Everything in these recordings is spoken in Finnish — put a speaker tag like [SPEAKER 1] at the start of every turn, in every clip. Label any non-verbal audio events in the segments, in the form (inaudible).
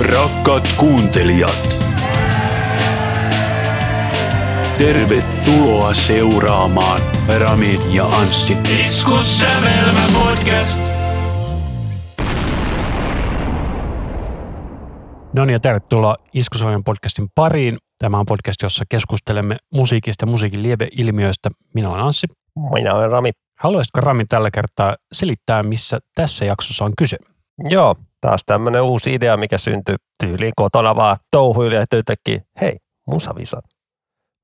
[SPEAKER 1] Hyvät kuuntelijat, tervetuloa seuraamaan Pyramid ja Anssi Iskussävelmä podcast.
[SPEAKER 2] No niin, ja tervetuloa Iskusohjelman podcastin pariin. Tämä on podcast, jossa keskustelemme musiikista ja musiikin lieveilmiöistä. Minä olen Anssi.
[SPEAKER 3] Minä olen Rami.
[SPEAKER 2] Haluaisitko Rami tällä kertaa selittää, missä tässä jaksossa on kyse?
[SPEAKER 3] Joo, taas tämmöinen uusi idea, mikä syntyi tyyliin kotona vaan touhuille, että yhtäkkiä, hei, musavisa.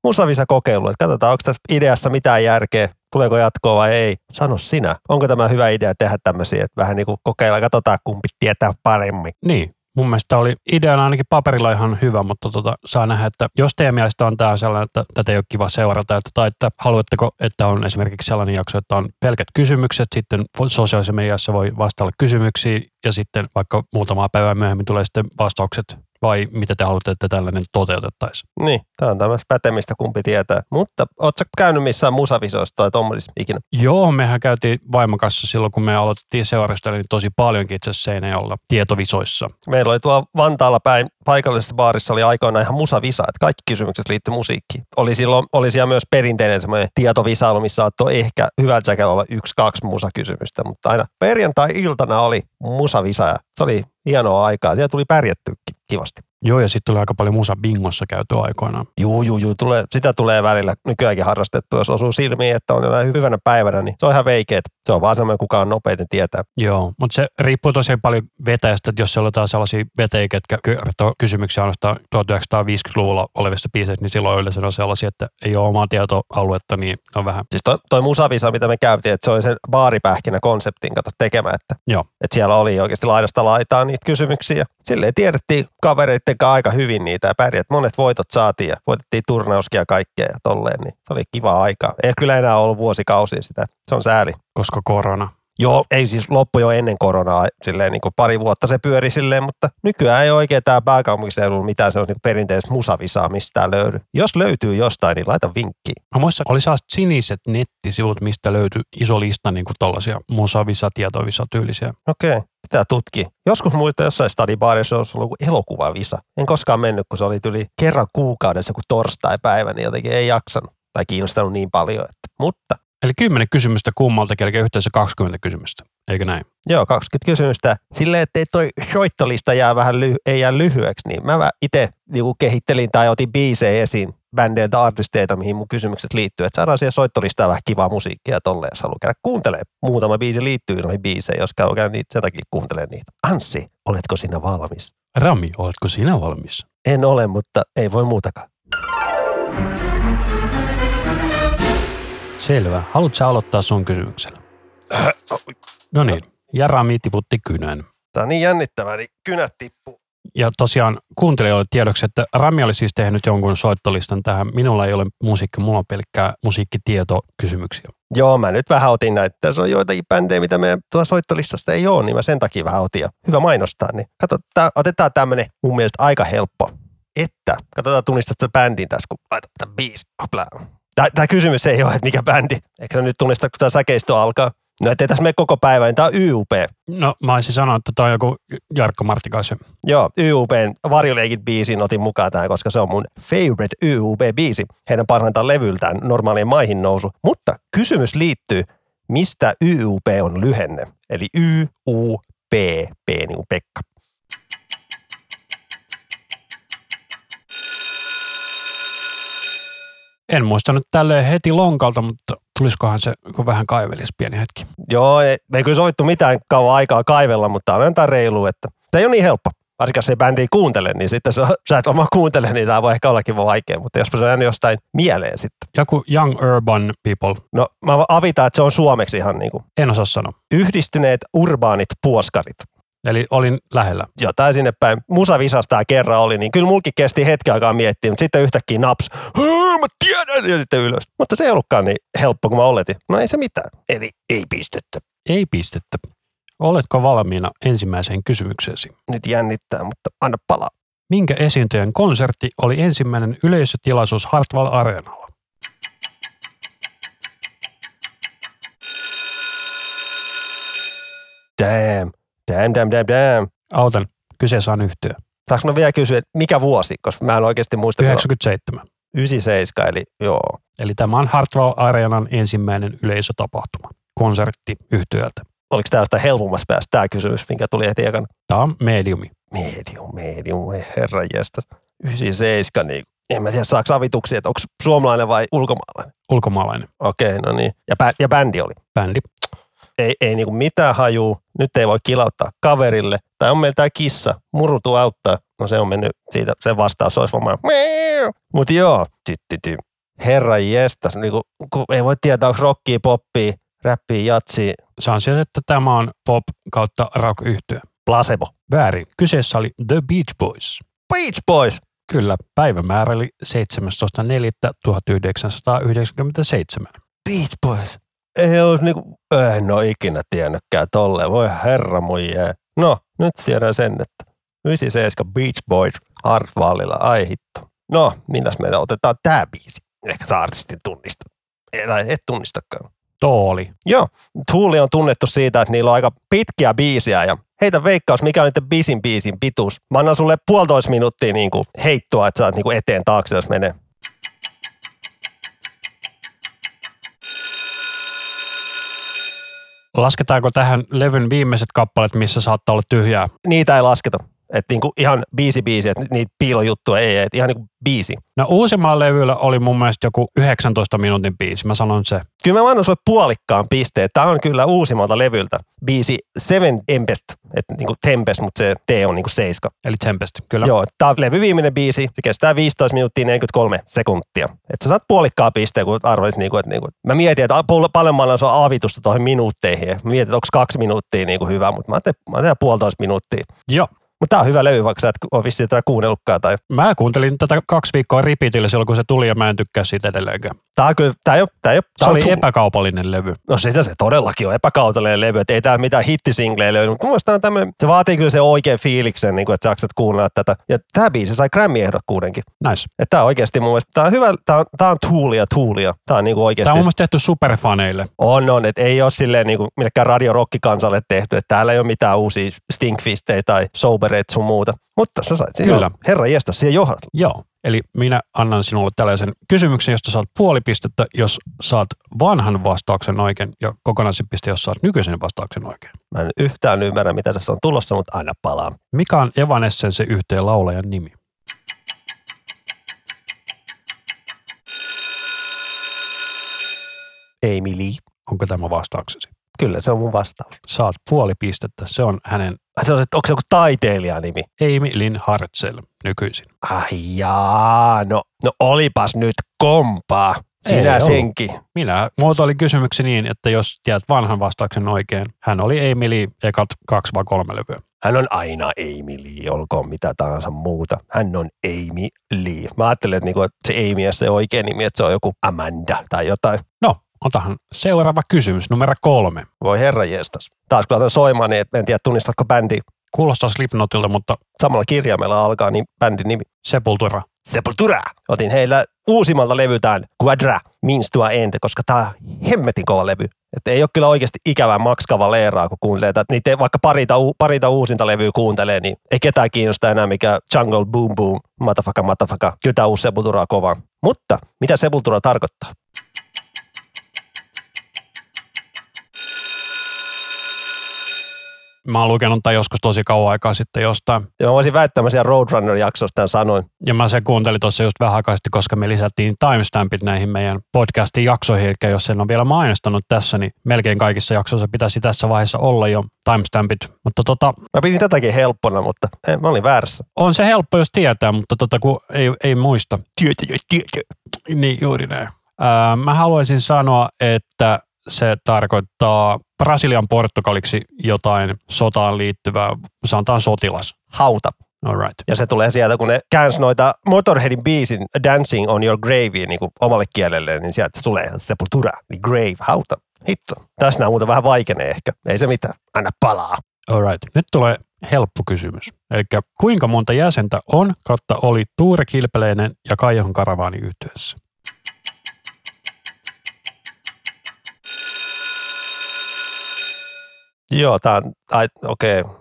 [SPEAKER 3] Musavisa kokeilu, että katsotaan, onko tässä ideassa mitään järkeä, tuleeko jatkoa vai ei. Sano sinä, onko tämä hyvä idea tehdä tämmöisiä, että vähän niin kuin kokeillaan, katsotaan kumpi tietää paremmin.
[SPEAKER 2] Niin, mun mielestä oli ideana ainakin paperilla ihan hyvä, mutta tota, saa nähdä, että jos teidän mielestä on tämä sellainen, että tätä ei ole kiva seurata, että, tai että haluatteko, että on esimerkiksi sellainen jakso, että on pelkät kysymykset, sitten fo- sosiaalisessa mediassa voi vastailla kysymyksiin ja sitten vaikka muutamaa päivää myöhemmin tulee sitten vastaukset vai mitä te haluatte, että tällainen toteutettaisiin.
[SPEAKER 3] Niin, tämä on tämmöistä pätemistä, kumpi tietää. Mutta ootko käynyt missään musavisoissa tai tuommoisissa ikinä?
[SPEAKER 2] Joo, mehän käytiin vaimon kanssa silloin, kun me aloitettiin seurasta, niin tosi paljonkin itse asiassa Seinäjolla tietovisoissa.
[SPEAKER 3] Meillä oli tuolla Vantaalla päin paikallisessa baarissa oli aikoinaan ihan musavisa, että kaikki kysymykset liittyi musiikkiin. Oli silloin, oli siellä myös perinteinen semmoinen tietovisailu, missä saattoi ehkä hyvällä säkällä olla yksi, kaksi musakysymystä, mutta aina perjantai-iltana oli musavisa ja se oli hienoa aikaa. Siellä tuli pärjättyykin kivasti.
[SPEAKER 2] Joo, ja sitten tuli aika paljon musa bingossa käyty aikoinaan.
[SPEAKER 3] Juu, juu, juu, tulee, sitä tulee välillä nykyäänkin harrastettu, jos osuu silmiin, että on jonain hyvänä päivänä, niin se on ihan veikeet. Se on vaan semmoinen, kuka on nopeiten tietää.
[SPEAKER 2] Joo, mutta se riippuu tosiaan paljon vetäjästä, että jos siellä on jotain sellaisia vetäjiä, ketkä kertoo kysymyksiä ainoastaan 1950-luvulla olevista biiseistä, niin silloin yleensä ne on sellaisia, että ei ole omaa tietoaluetta, niin ne on vähän.
[SPEAKER 3] Siis toi, toi musavisa, mitä me käytiin, että se oli sen baaripähkinä konseptin kato tekemään, että,
[SPEAKER 2] Joo.
[SPEAKER 3] että siellä oli oikeasti laidasta laitaan niitä kysymyksiä. ja Silleen tiedettiin kavereitten kanssa aika hyvin niitä ja pärjät. Monet voitot saatiin ja voitettiin turnauskia ja kaikkea ja tolleen, niin se oli kiva aika. Ei kyllä enää ollut vuosikausia sitä, se on sääli.
[SPEAKER 2] Koska korona.
[SPEAKER 3] Joo, ei siis loppu jo ennen koronaa, silleen niin kuin pari vuotta se pyöri silleen, mutta nykyään ei oikein tää pääkaupunkiseudulla mitään sellaista niin perinteistä musavisaa mistään löydy. Jos löytyy jostain, niin laita vinkki.
[SPEAKER 2] Mä muistan, oli sellaiset siniset nettisivut, mistä löytyi iso lista niin kuin tollaisia musavisa, tietovisa tyylisiä.
[SPEAKER 3] Okei, okay. pitää tutki. Joskus muista jossain stadibaarissa olisi ollut joku elokuvavisa. En koskaan mennyt, kun se oli yli kerran kuukaudessa joku torstai-päivä, niin jotenkin ei jaksanut tai kiinnostanut niin paljon. Että. Mutta
[SPEAKER 2] Eli 10 kysymystä kummaltakin, eli yhteensä 20 kysymystä, eikö näin?
[SPEAKER 3] Joo, 20 kysymystä. Silleen, että toi soittolista jää vähän lyhy- ei jää lyhyeksi, niin mä itse niinku kehittelin tai otin biisejä esiin bändeiltä artisteita, mihin mun kysymykset liittyy. Että saadaan siihen soittolistaan vähän kivaa musiikkia tolleen, jos haluaa käydä kuuntelemaan. Muutama biisi liittyy noihin biiseihin, jos käy käy niitä, sen takia kuuntelemaan niitä. Anssi, oletko sinä valmis?
[SPEAKER 2] Rami, oletko sinä valmis?
[SPEAKER 3] En ole, mutta ei voi muutakaan.
[SPEAKER 2] Selvä. Haluatko sä aloittaa sun kysymyksellä? No niin, ja Rami tiputti kynän.
[SPEAKER 3] Tämä on niin jännittävää, niin kynät tippuu.
[SPEAKER 2] Ja tosiaan kuuntelijoille tiedoksi, että Rami oli siis tehnyt jonkun soittolistan tähän. Minulla ei ole musiikki, mulla on pelkkää musiikkitietokysymyksiä.
[SPEAKER 3] Joo, mä nyt vähän otin näitä. Tässä on joitakin bändejä, mitä meidän tuolla soittolistasta ei ole, niin mä sen takia vähän otin. Ja hyvä mainostaa, niin kato, tää, otetaan tämmönen mun mielestä aika helppo. Että, katsotaan tunnista sitä bändin tässä, kun laitat tämän biisi. Tämä kysymys ei ole, että mikä bändi. Eikö sä nyt tunnista, kun tämä säkeisto alkaa? No ettei tässä mene koko päivä, niin tämä on YUP.
[SPEAKER 2] No mä olisin sanonut, että toi on joku Jarkko Martikaisen.
[SPEAKER 3] Joo, YUPn Varjoleikit biisin otin mukaan tähän, koska se on mun favorite YUP-biisi. Heidän parhaintaan levyltään normaalien maihin nousu. Mutta kysymys liittyy, mistä YUP on lyhenne? Eli YUP, P niin kuin Pekka.
[SPEAKER 2] En muista nyt tälleen heti lonkalta, mutta tulisikohan se, kun vähän kaivelis pieni hetki.
[SPEAKER 3] Joo, ei, ei kyllä sovittu mitään kauan aikaa kaivella, mutta on antaa reilu, että se ei ole niin helppo. Varsinkin jos ei bändi kuuntele, niin sitten se, on- sä et oma kuuntele, niin tämä voi ehkä ollakin vaan vaikea, mutta jospa se on jäänyt jostain mieleen sitten.
[SPEAKER 2] Joku Young Urban People.
[SPEAKER 3] No mä avitaan, että se on suomeksi ihan niin kuin
[SPEAKER 2] En osaa sanoa.
[SPEAKER 3] yhdistyneet urbaanit puoskarit.
[SPEAKER 2] Eli olin lähellä.
[SPEAKER 3] Jotain sinne päin. Musavisas tämä kerran oli, niin kyllä mulki kesti hetki aikaa miettiä, mutta sitten yhtäkkiä naps. "Hää, Mä tiedän! Ja sitten ylös. Mutta se ei ollutkaan niin helppo kuin mä oletin. No ei se mitään. Eli ei pistettä.
[SPEAKER 2] Ei pistettä. Oletko valmiina ensimmäiseen kysymykseesi?
[SPEAKER 3] Nyt jännittää, mutta anna palaa.
[SPEAKER 2] Minkä esiintyjän konsertti oli ensimmäinen yleisötilaisuus Hartwall Areenalla?
[SPEAKER 3] Damn, damn, damn, damn, damn.
[SPEAKER 2] Autan, kyseessä on yhtyö.
[SPEAKER 3] Saanko mä vielä kysyä, että mikä vuosi, koska mä en oikeasti muista. milloin-
[SPEAKER 2] 97.
[SPEAKER 3] 97, eli joo.
[SPEAKER 2] Eli tämä on Hartwall Areenan ensimmäinen yleisötapahtuma, konsertti yhtyöltä.
[SPEAKER 3] Oliko tämä sitä helpommassa päästä, tämä kysymys, minkä tuli heti ekana?
[SPEAKER 2] Tämä on mediumi.
[SPEAKER 3] Medium, medium, voi herra jästä. 97, niin en mä tiedä, saako avituksia, että onko suomalainen vai ulkomaalainen.
[SPEAKER 2] Ulkomaalainen
[SPEAKER 3] Okei, no niin. Ja, bä, ja bändi oli.
[SPEAKER 2] bändi.
[SPEAKER 3] Ei, ei niinku mitään hajuu, nyt ei voi kilauttaa kaverille. Tai on meillä tää kissa, murutu auttaa. No se on mennyt siitä, sen vastaus olisi varmaan Mutta joo, tyttyty. Herra jestas, niinku, kun ei voi tietää, onko rockia, poppia, räppiä, jatsia,
[SPEAKER 2] Se on siis, että tämä on pop kautta rock yhtyö.
[SPEAKER 3] placebo.
[SPEAKER 2] Väärin. Kyseessä oli The Beach Boys.
[SPEAKER 3] Beach Boys!
[SPEAKER 2] Kyllä, päivämäärä oli 17.4.1997.
[SPEAKER 3] Beach Boys. Ei olisi niinku, en ole ikinä tiennytkään tolleen, voi herra mun jää. No, nyt tiedän sen, että 97 Beach Boys Hartwallilla, ai hitto. No, milläs meillä otetaan tää biisi? Ehkä sä artistin tunnista. Ei, tai et tunnistakaan.
[SPEAKER 2] Tooli.
[SPEAKER 3] Joo, Tuuli on tunnettu siitä, että niillä on aika pitkiä biisiä ja heitä veikkaus, mikä on niiden biisin biisin pituus. Mä annan sulle puolitoista minuuttia niinku heittoa, että saat niinku eteen taakse, jos menee.
[SPEAKER 2] Lasketaanko tähän levyn viimeiset kappaleet, missä saattaa olla tyhjää?
[SPEAKER 3] niitä ei lasketa. Että niinku ihan biisi biisi, että niitä piilojuttuja ei, että ihan niinku biisi.
[SPEAKER 2] No uusimmalla levyllä oli mun mielestä joku 19 minuutin biisi, mä sanon se.
[SPEAKER 3] Kyllä mä annan sulle puolikkaan pisteen. Tämä on kyllä uusimmalta levyltä. Biisi Seven Tempest, että niinku Tempest, mutta se T on niinku seiska.
[SPEAKER 2] Eli Tempest, kyllä.
[SPEAKER 3] Joo, tämä on levy viimeinen biisi. Se kestää 15 minuuttia 43 sekuntia. Että sä saat puolikkaa pisteen, kun arvelit niinku, että niinku. Mä mietin, että pol- paljon mä annan sua aavitusta tuohon minuutteihin. Mä mietin, että onko kaksi minuuttia niinku hyvä, mutta mä ajattelin, mä ajattelin puolitoista minuuttia.
[SPEAKER 2] Joo.
[SPEAKER 3] Mutta tämä on hyvä levy, vaikka sä et ole vissiin tätä kuunnellutkaan tai
[SPEAKER 2] Mä kuuntelin tätä kaksi viikkoa repeatillä silloin, kun se tuli ja mä en tykkää siitä edelleenkään.
[SPEAKER 3] Tämä on kyllä, tämä ei ole, tämä ei ole,
[SPEAKER 2] Se
[SPEAKER 3] tämä on
[SPEAKER 2] oli
[SPEAKER 3] tu-
[SPEAKER 2] epäkaupallinen levy.
[SPEAKER 3] No sitä se todellakin on, epäkautellinen levy, että ei tämä mitään hittisinglejä löydy, mutta mun mielestä tää on tämmöinen, se vaatii kyllä se oikean fiiliksen, niin kuin, että saksat kuunnella tätä. Ja tämä biisi sai Grammy-ehdokkuudenkin.
[SPEAKER 2] Nice.
[SPEAKER 3] Että tämä oikeasti mun mielestä, tämä on hyvä, tämä on, tämä on tuulia tuulia. Tämä on niin kuin oikeasti,
[SPEAKER 2] Tämä on mun mielestä tehty superfaneille.
[SPEAKER 3] on, on, että ei ole silleen niin kuin millekään radiorokkikansalle tehty, että täällä ei ole mitään uusia stinkfistejä tai sobereita sun muuta. Mutta sä sait,
[SPEAKER 2] Kyllä.
[SPEAKER 3] kyllä. herra jästä, siihen johdat.
[SPEAKER 2] Joo. Eli minä annan sinulle tällaisen kysymyksen, josta saat puoli pistettä, jos saat vanhan vastauksen oikein, ja kokonaisen piste, jos saat nykyisen vastauksen oikein.
[SPEAKER 3] Mä en yhtään ymmärrä, mitä tässä on tulossa, mutta aina palaa.
[SPEAKER 2] Mikä on Evanessensen yhteen laulajan nimi?
[SPEAKER 3] Emily.
[SPEAKER 2] Onko tämä vastauksesi?
[SPEAKER 3] Kyllä se on mun vastaus.
[SPEAKER 2] Saat puoli pistettä. Se on hänen
[SPEAKER 3] Ai Se on, se- onko se joku taiteilijanimi?
[SPEAKER 2] Amy Lynn Hartzell nykyisin.
[SPEAKER 3] Ai jaa, no, no olipas nyt kompaa. Sinä
[SPEAKER 2] Ei
[SPEAKER 3] ei
[SPEAKER 2] ollut.
[SPEAKER 3] senkin.
[SPEAKER 2] Minä muotoilin kysymyksen niin, että jos tiedät vanhan vastauksen oikein, hän oli Emily ekat kaksi vai kolme levyä.
[SPEAKER 3] Hän on aina Amy Lee, olkoon mitä tahansa muuta. Hän on Amy Lee. Mä ajattelin, että niinku, että se Amy on se oikea nimi, että se on joku Amanda tai jotain.
[SPEAKER 2] No, otahan seuraava kysymys, numero kolme.
[SPEAKER 3] Voi herra jestas. Taas kun laitan soimaan, niin et- en tiedä tunnistatko bändi.
[SPEAKER 2] Kuulostaa Slipknotilta, mutta
[SPEAKER 3] Samalla kirjaimella alkaa niin bändin nimi.
[SPEAKER 2] Sepultura.
[SPEAKER 3] Sepultura. Otin heillä uusimmalta levytään Quadra, Means to an End, koska tämä on hemmetin kova levy. Et ei ole kyllä oikeasti ikävää makskava leeraa, kun kuuntelee tätä. Niitä ei- vaikka parita, u- parita uusinta levyä kuuntelee, niin ei ketään kiinnosta enää mikä Jungle Boom Boom, Matafaka Matafaka. Kyllä tämä uusi Sepultura on kova. Mutta mitä Sepultura tarkoittaa?
[SPEAKER 2] Mä oon lukenut tämän joskus tosi kauan aikaa sitten jostain.
[SPEAKER 3] Ja mä voisin väittää, mä siellä Roadrunner-jaksossa tämän sanoin.
[SPEAKER 2] Ja mä se kuuntelin tuossa just vähän aikaa sitten, koska me lisättiin timestampit näihin meidän podcastin jaksoihin. Eli jos en ole vielä mainostanut tässä, niin melkein kaikissa jaksoissa pitäisi tässä vaiheessa olla jo timestampit. Mutta tota,
[SPEAKER 3] Mä pidin tätäkin helppona, mutta eh, mä olin väärässä.
[SPEAKER 2] on se helppo, jos tietää, mutta tota, kun ei, ei muista.
[SPEAKER 3] Tietä, jo, tietä.
[SPEAKER 2] Niin, juuri näin. Ää, mä haluaisin sanoa, että se tarkoittaa Brasilian portugaliksi jotain sotaan liittyvää, sanotaan sotilas.
[SPEAKER 3] Hauta.
[SPEAKER 2] All right.
[SPEAKER 3] Ja se tulee sieltä, kun ne käänsi noita Motorheadin biisin Dancing on your graveen niin kuin omalle kielelle, niin sieltä se tulee sepultura, niin grave, hauta. Hitto. Tässä nämä muuten vähän vaikenee ehkä. Ei se mitään. Anna palaa.
[SPEAKER 2] All right. Nyt tulee helppo kysymys. Eli kuinka monta jäsentä on kautta oli Tuure Kilpeleinen ja Kaijon Karavaani yhtyessä?
[SPEAKER 3] Joo, tää on, ai, okei. Okay.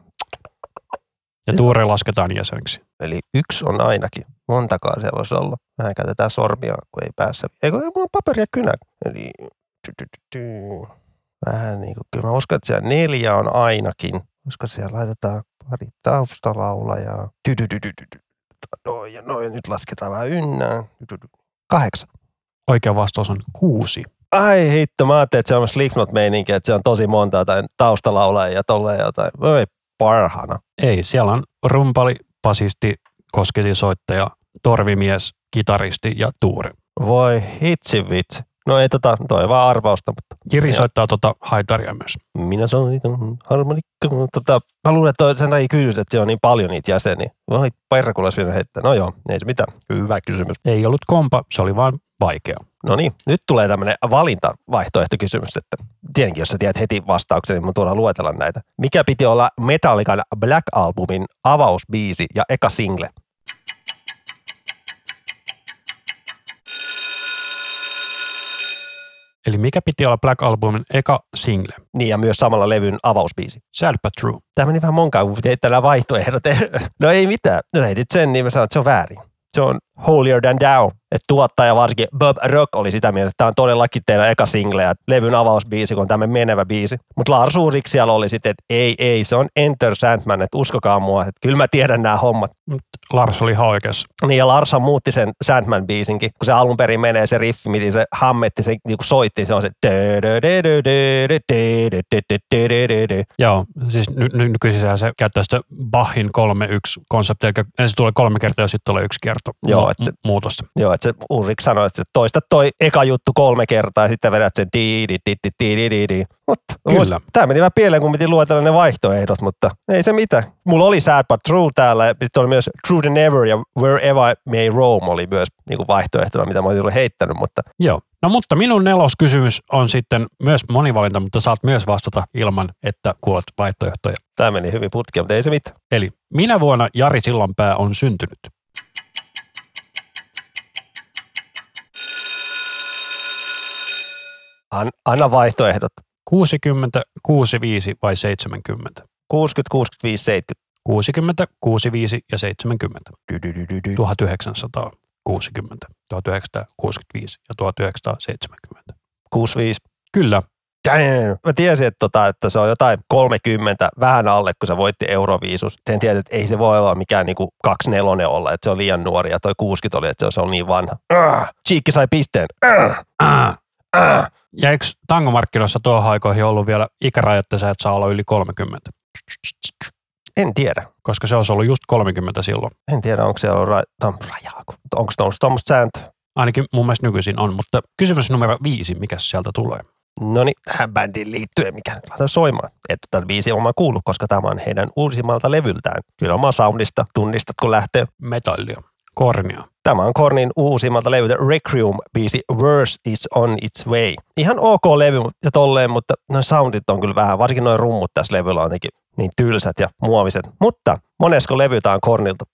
[SPEAKER 2] Ja Tuure lasketaan jäseneksi.
[SPEAKER 3] Eli yksi on ainakin. Montakaan siellä voisi olla. Vähän käytetään sormia, kun ei päässä. Eikö, ei mulla on paperia kynä. Eli tytytytyy. vähän niin kuin, kyllä mä uskon, että siellä neljä on ainakin. Koska siellä laitetaan pari taustalaulajaa. Tytytytytyty. Noin ja noin, nyt lasketaan vähän ynnään. Tytytyty. Kahdeksan.
[SPEAKER 2] Oikea vastaus on kuusi.
[SPEAKER 3] Ai hitto, mä ajattelin, että se on Slipknot-meininki, että se on tosi monta jotain taustalaulajia ja tolleen jotain. Voi parhana.
[SPEAKER 2] Ei, siellä on rumpali, pasisti, kosketisoittaja, torvimies, kitaristi ja tuuri.
[SPEAKER 3] Voi hitsi vitsi. No ei tota, toi vaan arvausta, mutta
[SPEAKER 2] Jiri
[SPEAKER 3] Joo.
[SPEAKER 2] soittaa tota haitaria myös.
[SPEAKER 3] minä soitan harmonikka. Tota, mä luulen, että toi sen takia kyydys, että se on niin paljon niitä jäseniä. Voi perkule, jos vielä heittää. No joo, ei se mitään. Hyvä kysymys.
[SPEAKER 2] Ei ollut kompa, se oli vaan vaikea.
[SPEAKER 3] No niin, nyt tulee tämmöinen valintavaihtoehtokysymys, että tietenkin jos sä tiedät heti vastauksen, niin mun tuolla luetella näitä. Mikä piti olla Metallican Black Albumin avausbiisi ja eka single?
[SPEAKER 2] Eli mikä piti olla Black Albumin eka single?
[SPEAKER 3] Niin ja myös samalla levyn avausbiisi.
[SPEAKER 2] Sad but true.
[SPEAKER 3] Tämä meni vähän monkaan, kun piti heittää nämä vaihtoehdot. No ei mitään. No heitit sen, niin mä sanoin, että se on väärin. Se on holier than thou. Et tuottaja varsinkin Bob Rock oli sitä mieltä, että tämä on todellakin teillä eka single ja levyn avausbiisi, kun on tämmöinen menevä biisi. Mutta Lars Ulrich siellä oli sitten, että ei, ei, se on Enter Sandman, että uskokaa mua, että kyllä mä tiedän nämä hommat.
[SPEAKER 2] Lars oli ihan oikeassa.
[SPEAKER 3] Niin ja Larsa muutti sen Sandman-biisinkin, kun se alun perin menee se riffi, miten se hammetti, se niinku soitti, se on se
[SPEAKER 2] Joo, siis ny- ny- nykyisin se käyttää sitä Bachin 3-1 konseptia, eli ensin tulee kolme kertaa ja sitten tulee yksi kerto
[SPEAKER 3] Joo,
[SPEAKER 2] mu-
[SPEAKER 3] et se-
[SPEAKER 2] mu- muutosta.
[SPEAKER 3] Joo, että se Ulrik sanoi, että toista toi eka juttu kolme kertaa ja sitten vedät sen di di di di di di di di. Mutta
[SPEAKER 2] Kyllä.
[SPEAKER 3] tämä meni vähän pieleen, kun piti luetella ne vaihtoehdot, mutta ei se mitään. Mulla oli Sad But True täällä ja sitten oli myös True Than Ever ja Wherever I May Roam oli myös niin kuin vaihtoehtona, mitä mä olisin ollut heittänyt, mutta
[SPEAKER 2] Joo. No mutta minun neloskysymys on sitten myös monivalinta, mutta saat myös vastata ilman, että kuulet vaihtoehtoja.
[SPEAKER 3] tämä meni hyvin putkeen, mutta ei se mitään.
[SPEAKER 2] Eli minä vuonna Jari Sillanpää on syntynyt?
[SPEAKER 3] An, anna vaihtoehdot.
[SPEAKER 2] 60, 65 vai 70?
[SPEAKER 3] 60, 65, 70.
[SPEAKER 2] 60, 65 ja 70.
[SPEAKER 3] Niin.
[SPEAKER 2] 1960, 1965 ja 1970.
[SPEAKER 3] 65.
[SPEAKER 2] Kyllä,
[SPEAKER 3] Damn. Mä tiesin, että, tota, että se on jotain 30, vähän alle, kun se voitti Euroviisus. Sen tiesin, että ei se voi olla mikään niinku 24 olla, että se on liian nuori ja toi 60 oli, että se on- se on niin vanha. Äh, Chiikki sai pisteen. Äh, äh.
[SPEAKER 2] (clears throat) Ja eikö tangomarkkinoissa tuohon aikoihin ollut vielä ikäraja, että sä et saa olla yli 30?
[SPEAKER 3] En tiedä.
[SPEAKER 2] Koska se olisi ollut just 30 silloin.
[SPEAKER 3] En tiedä, onko siellä ollut ra- tam- rajaa. Onko se ollut tuommoista sääntöä?
[SPEAKER 2] Ainakin mun mielestä nykyisin on, mutta kysymys numero viisi, mikä sieltä tulee?
[SPEAKER 3] No niin, tähän bändiin liittyen, mikä nyt laitan soimaan. Että tämän biisin olen kuullut, koska tämä on heidän uusimmalta levyltään. Kyllä omaa soundista tunnistat, kun lähtee.
[SPEAKER 2] Metallia, kornia.
[SPEAKER 3] Tämä on Kornin uusimmalta levyltä Requiem-biisi Worse is on its way. Ihan ok levy ja tolleen, mutta noin soundit on kyllä vähän, varsinkin noin rummut tässä levyllä on jotenkin niin tylsät ja muoviset. Mutta monesko levy tämä on Kornilta?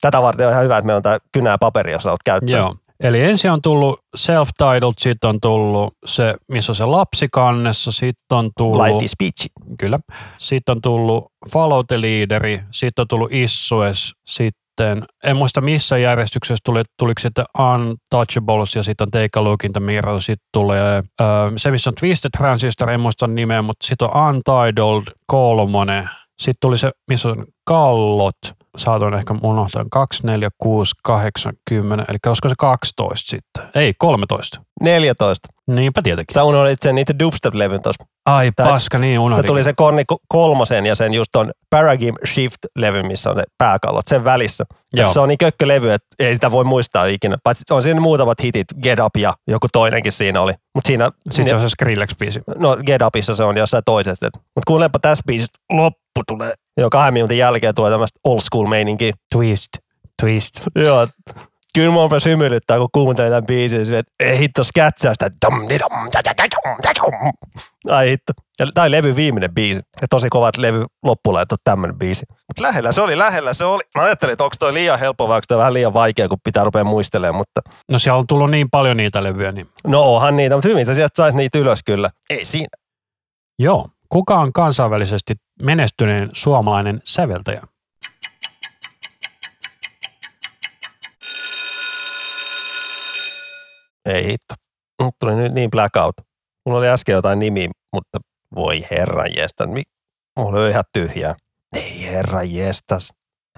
[SPEAKER 3] Tätä varten on ihan hyvä, että meillä on tämä kynää ja paperi, jos olet käyttänyt.
[SPEAKER 2] Joo. Eli ensin on tullut self-titled, sitten on tullut se, missä on se lapsi kannessa, sitten on tullut...
[SPEAKER 3] Life is Peachy.
[SPEAKER 2] Kyllä. Sitten on tullut Follow the Leaderi, sitten on tullut Issues, sitten en muista missä järjestyksessä tuli, tuliko sitten Untouchables ja sitten on Take a Look in the Mirror, sitten tulee ö, se, missä on Twisted Transistor, en muista nimeä, mutta sitten on Untitled kolmonen, sitten tuli se, missä on Kallot, saatoin ehkä unohtaa, 2, 4, 6, 8, 10, eli olisiko se 12 sitten? Ei, 13.
[SPEAKER 3] 14.
[SPEAKER 2] Niinpä tietenkin.
[SPEAKER 3] Sä unohdit sen niitä dubstep-levyn tuossa
[SPEAKER 2] Ai
[SPEAKER 3] Tää-
[SPEAKER 2] paska, niin
[SPEAKER 3] Se
[SPEAKER 2] unohdin.
[SPEAKER 3] tuli se Korni ko- kolmosen ja sen just ton Paragim Shift-levy, missä on ne pääkallot sen välissä.
[SPEAKER 2] Joo.
[SPEAKER 3] Joo. Se on niin kökkölevy, että ei sitä voi muistaa ikinä. Paitsi on siinä muutamat hitit, Get Up ja joku toinenkin siinä oli. Mutta siinä,
[SPEAKER 2] Sitten
[SPEAKER 3] niin-
[SPEAKER 2] se on se Skrillex-biisi.
[SPEAKER 3] no Get Upissa se on jossain toisesta. Mutta kuulepa tässä biisissä loppu tulee. Joo, kahden minuutin jälkeen tulee tämmöistä old school meininkiä.
[SPEAKER 2] Twist, twist.
[SPEAKER 3] Joo, kyllä mua rupesi hymyilyttää, kun kuuntelin tämän biisin, silleen, että ei hitto skätsäystä. Dum, di, dum, da, da, da, dum, da, dum. Ai hitto. Ja tämä oli levy viimeinen biisi. Ja tosi kovat levy loppulaitot tämmöinen biisi. Mut lähellä se oli, lähellä se oli. Mä ajattelin, että onko toi liian helppo vai onko toi vähän liian vaikea, kun pitää rupea muistelemaan, mutta
[SPEAKER 2] No siellä on tullut niin paljon niitä levyjä, niin
[SPEAKER 3] no onhan niitä, mutta hyvin sä sieltä sait niitä ylös kyllä. Ei siinä.
[SPEAKER 2] joo. Kuka on kansainvälisesti menestyneen suomalainen säveltäjä?
[SPEAKER 3] Ei hitto. Mut tuli nyt niin blackout. Mulla oli äsken jotain nimi, mutta voi herran jestas. Mi- Mulla oli ihan tyhjää. Ei herran jestas.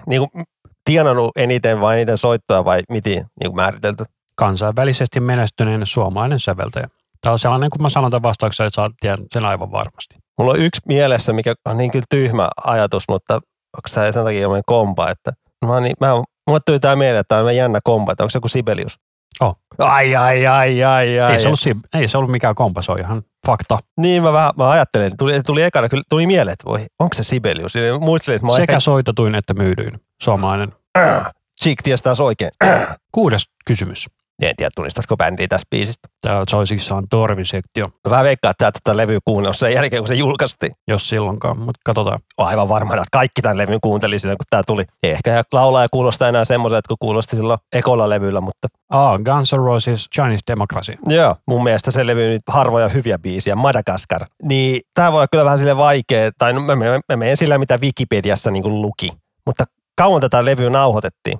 [SPEAKER 3] Niin kuin tienannut eniten vai eniten soittoja vai miten niin kuin määritelty?
[SPEAKER 2] Kansainvälisesti menestyneen suomalainen säveltäjä. Tämä on sellainen, kun mä sanon tämän vastauksen, että saat tiedän sen aivan varmasti.
[SPEAKER 3] Mulla on yksi mielessä, mikä on niin kyllä tyhmä ajatus, mutta onko tämä sen takia jomen kompa, että mä, oon niin, mä oon- Mulle tuli tämä mieleen, että tämä on jännä kompa, että onko se joku Sibelius?
[SPEAKER 2] Oh.
[SPEAKER 3] Ai, ai, ai, ai, ai.
[SPEAKER 2] Ei se, ollut, sim- ei se ollut mikään kompa, se on ihan fakta.
[SPEAKER 3] Niin mä vähän, mä ajattelin, tuli, tuli ekana, kyllä tuli mieleen, että voi, onko se Sibelius? Ja Muistelin, että mä oon
[SPEAKER 2] Sekä
[SPEAKER 3] ehkä,
[SPEAKER 2] soitetuin että myydyin suomalainen.
[SPEAKER 3] Chick ties taas oikein.
[SPEAKER 2] Kuudes kysymys.
[SPEAKER 3] en tiedä, tunnistatko bändiä tästä biisistä.
[SPEAKER 2] Tämä Choicesissa on torvisektio,
[SPEAKER 3] Mä vähän veikkaan, että tätä levyä kuunnellut sen jälkeen, kun se julkaistiin.
[SPEAKER 2] jos silloinkaan, mutta katsotaan.
[SPEAKER 3] Oon aivan varmana, että kaikki tämän levyn kuunteli silloin, kun tämä tuli. Ehkä ja laulaa ja kuulostaa enää semmoiselta, kun kuulosti silloin ekolla levyllä, mutta
[SPEAKER 2] A. Guns N' Roses Chinese Democracy.
[SPEAKER 3] joo, mun mielestä se levy nyt harvoja hyviä biisiä, Madagaskar. Niin tämä voi olla kyllä vähän sille vaikea, tai no, mä, mä, mä menen sillä, mitä Wikipediassa niin kuin luki. Mutta kauan tätä levyä nauhoitettiin?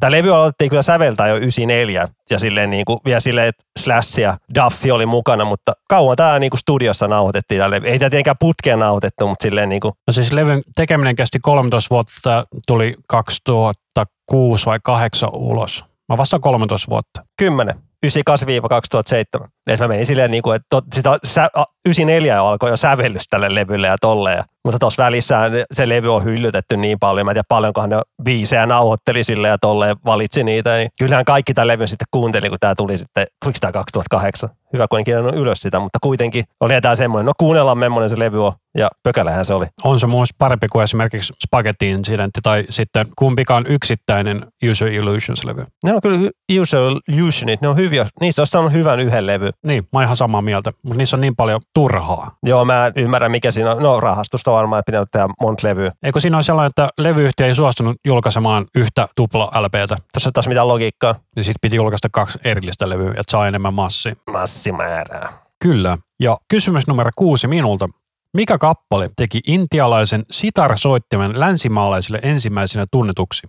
[SPEAKER 3] Tämä levy aloitettiin kyllä säveltää jo 94 ja silleen niin kuin, vielä silleen, että Slash ja Duffy oli mukana, mutta kauan tämä niin kuin studiossa nauhoitettiin. Tämä levy. Ei tämä tietenkään putkeen nauhoitettu, mutta silleen niin kuin,
[SPEAKER 2] No siis levyn tekeminen kesti 13 vuotta, tää tuli 2006 vai 8 ulos. Mä vasta 13 vuotta.
[SPEAKER 3] 10, 98-2007. Eli mä menin silleen, niin kuin, että tot, sitä, sä, a, 94 jo alkoi jo sävellys tälle levylle ja tolleen. Ja- Mutta tuossa välissä se levy on hyllytetty niin paljon. Mä en tiedä paljonkohan ne biisejä nauhoitteli sille ja tolleen valitsi niitä. Niin kyllähän kaikki tämän levyn sitten kuunteli, kun tämä tuli sitten, oliko tämä 2008? Hyvä, kun en kirjannut ylös sitä, mutta kuitenkin oli tämä semmoinen, no kuunnellaan memmoinen se levy on. Ja pökälähän se oli.
[SPEAKER 2] On se mun mielestä parempi kuin esimerkiksi Spaghetti Incidentti tai sitten kumpikaan yksittäinen User Illusions-levy.
[SPEAKER 3] Ne on kyllä hy- usual illusionit, ne on hyviä. Niistä olisi saanut hyvän yhden levy.
[SPEAKER 2] Niin, mä oon ihan samaa mieltä, mutta niissä on niin paljon turhaa.
[SPEAKER 3] Joo, mä en ymmärrä mikä siinä on. No rahastusta varmaan, että pitää tehdä monta levyä.
[SPEAKER 2] Eikö siinä ole sellainen, että levyyhtiö ei suostunut julkaisemaan yhtä tupla LPtä,
[SPEAKER 3] Tässä ei taas mitään logiikkaa.
[SPEAKER 2] niin sitten piti julkaista kaksi erillistä levyä, että saa enemmän massia.
[SPEAKER 3] Massimäärää.
[SPEAKER 2] Kyllä. Ja kysymys numero kuusi minulta. Mikä kappale teki intialaisen sitarsoittimen länsimaalaisille ensimmäisenä tunnetuksi?